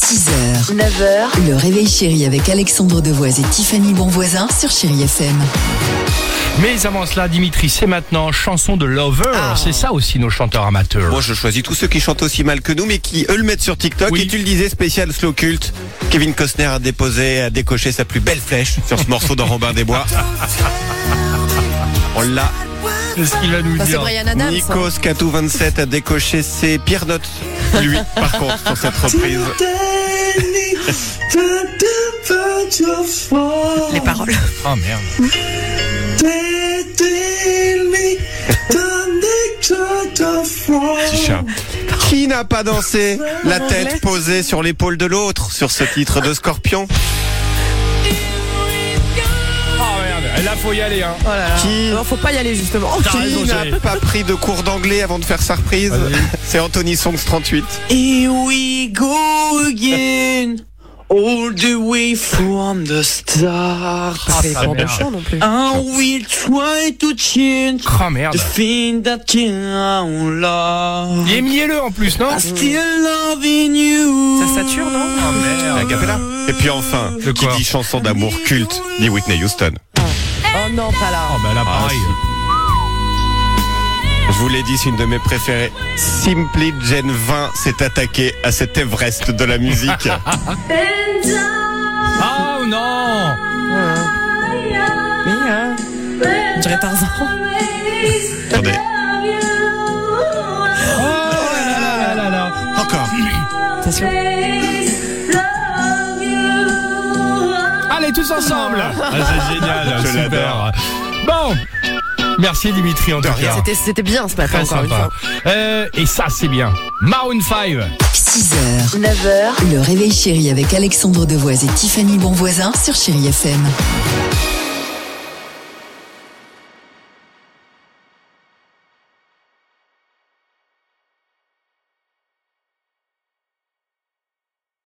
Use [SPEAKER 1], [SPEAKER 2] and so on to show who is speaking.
[SPEAKER 1] 6h, 9h, le réveil chéri avec Alexandre Devoise et Tiffany Bonvoisin sur Chéri FM.
[SPEAKER 2] Bah,
[SPEAKER 3] Mais avant cela, Dimitri, c'est maintenant chanson de Lover. C'est ça aussi nos chanteurs amateurs.
[SPEAKER 4] Moi, je choisis tous ceux qui chantent aussi mal que nous, mais qui eux le mettent sur TikTok.
[SPEAKER 3] Oui.
[SPEAKER 4] Et tu le disais, spécial slow culte. Kevin Costner a déposé, a décoché sa plus belle flèche sur ce morceau dans Robin des Bois. On l'a.
[SPEAKER 3] Qu'est-ce qu'il va nous
[SPEAKER 2] C'est
[SPEAKER 3] dire
[SPEAKER 2] Brian Adams. hein.
[SPEAKER 4] Nikos Catou 27 a décoché ses pires notes. Lui, par contre, sur cette reprise.
[SPEAKER 2] Les paroles.
[SPEAKER 3] Ah merde.
[SPEAKER 4] Petit chat. Qui n'a pas dansé la tête posée sur l'épaule de l'autre sur ce titre de Scorpion
[SPEAKER 3] Ah merde. Et Là, faut y aller. Hein.
[SPEAKER 2] Oh là là.
[SPEAKER 4] Qui-
[SPEAKER 2] Non, faut pas y aller justement.
[SPEAKER 3] T'as raison,
[SPEAKER 4] Qui n'a
[SPEAKER 3] chérie.
[SPEAKER 4] pas pris de cours d'anglais avant de faire sa reprise
[SPEAKER 3] Vas-y.
[SPEAKER 4] C'est Anthony Songs 38.
[SPEAKER 5] Here we go again, all the way from the start.
[SPEAKER 3] Ah,
[SPEAKER 2] C'est
[SPEAKER 3] sa
[SPEAKER 2] pas bon
[SPEAKER 3] mère.
[SPEAKER 2] chant non plus.
[SPEAKER 5] I will try to change
[SPEAKER 3] Ah merde.
[SPEAKER 5] the thing that can love.
[SPEAKER 2] Mm.
[SPEAKER 3] Il est mielleux en plus, non
[SPEAKER 2] Ah,
[SPEAKER 5] I'm still loving you.
[SPEAKER 2] Ça sature, non
[SPEAKER 3] Ah merde.
[SPEAKER 4] Acapella. Et puis enfin,
[SPEAKER 3] De
[SPEAKER 4] qui
[SPEAKER 3] quoi
[SPEAKER 4] dit chanson d'amour culte, dit Whitney Houston.
[SPEAKER 2] Oh non, pas là.
[SPEAKER 3] Ah bah là,
[SPEAKER 4] Ah,
[SPEAKER 3] pareil.
[SPEAKER 4] si. Je vous l'ai dit, c'est une de mes préférées. Simply Gen 20 s'est attaqué à cet Everest de la musique.
[SPEAKER 3] Ah non
[SPEAKER 2] Mais, euh, on dirait Tarzan.
[SPEAKER 4] Attendez,
[SPEAKER 3] Oh là là là là là.
[SPEAKER 4] encore.
[SPEAKER 2] Attention.
[SPEAKER 3] Allez, tous ensemble ah, C'est génial,
[SPEAKER 4] Je
[SPEAKER 3] super.
[SPEAKER 4] l'adore.
[SPEAKER 3] Bon Merci Dimitri, en tout cas.
[SPEAKER 2] C'était- C'était bien ce matin
[SPEAKER 3] Très
[SPEAKER 2] encore une
[SPEAKER 3] sympa.
[SPEAKER 2] fois.
[SPEAKER 3] Euh, et ça, c'est bien. Maroon 5.
[SPEAKER 1] 6h, 9h, le réveil chéri avec Alexandre Devoise et Tiffany Bonvoisin sur Chéri FM.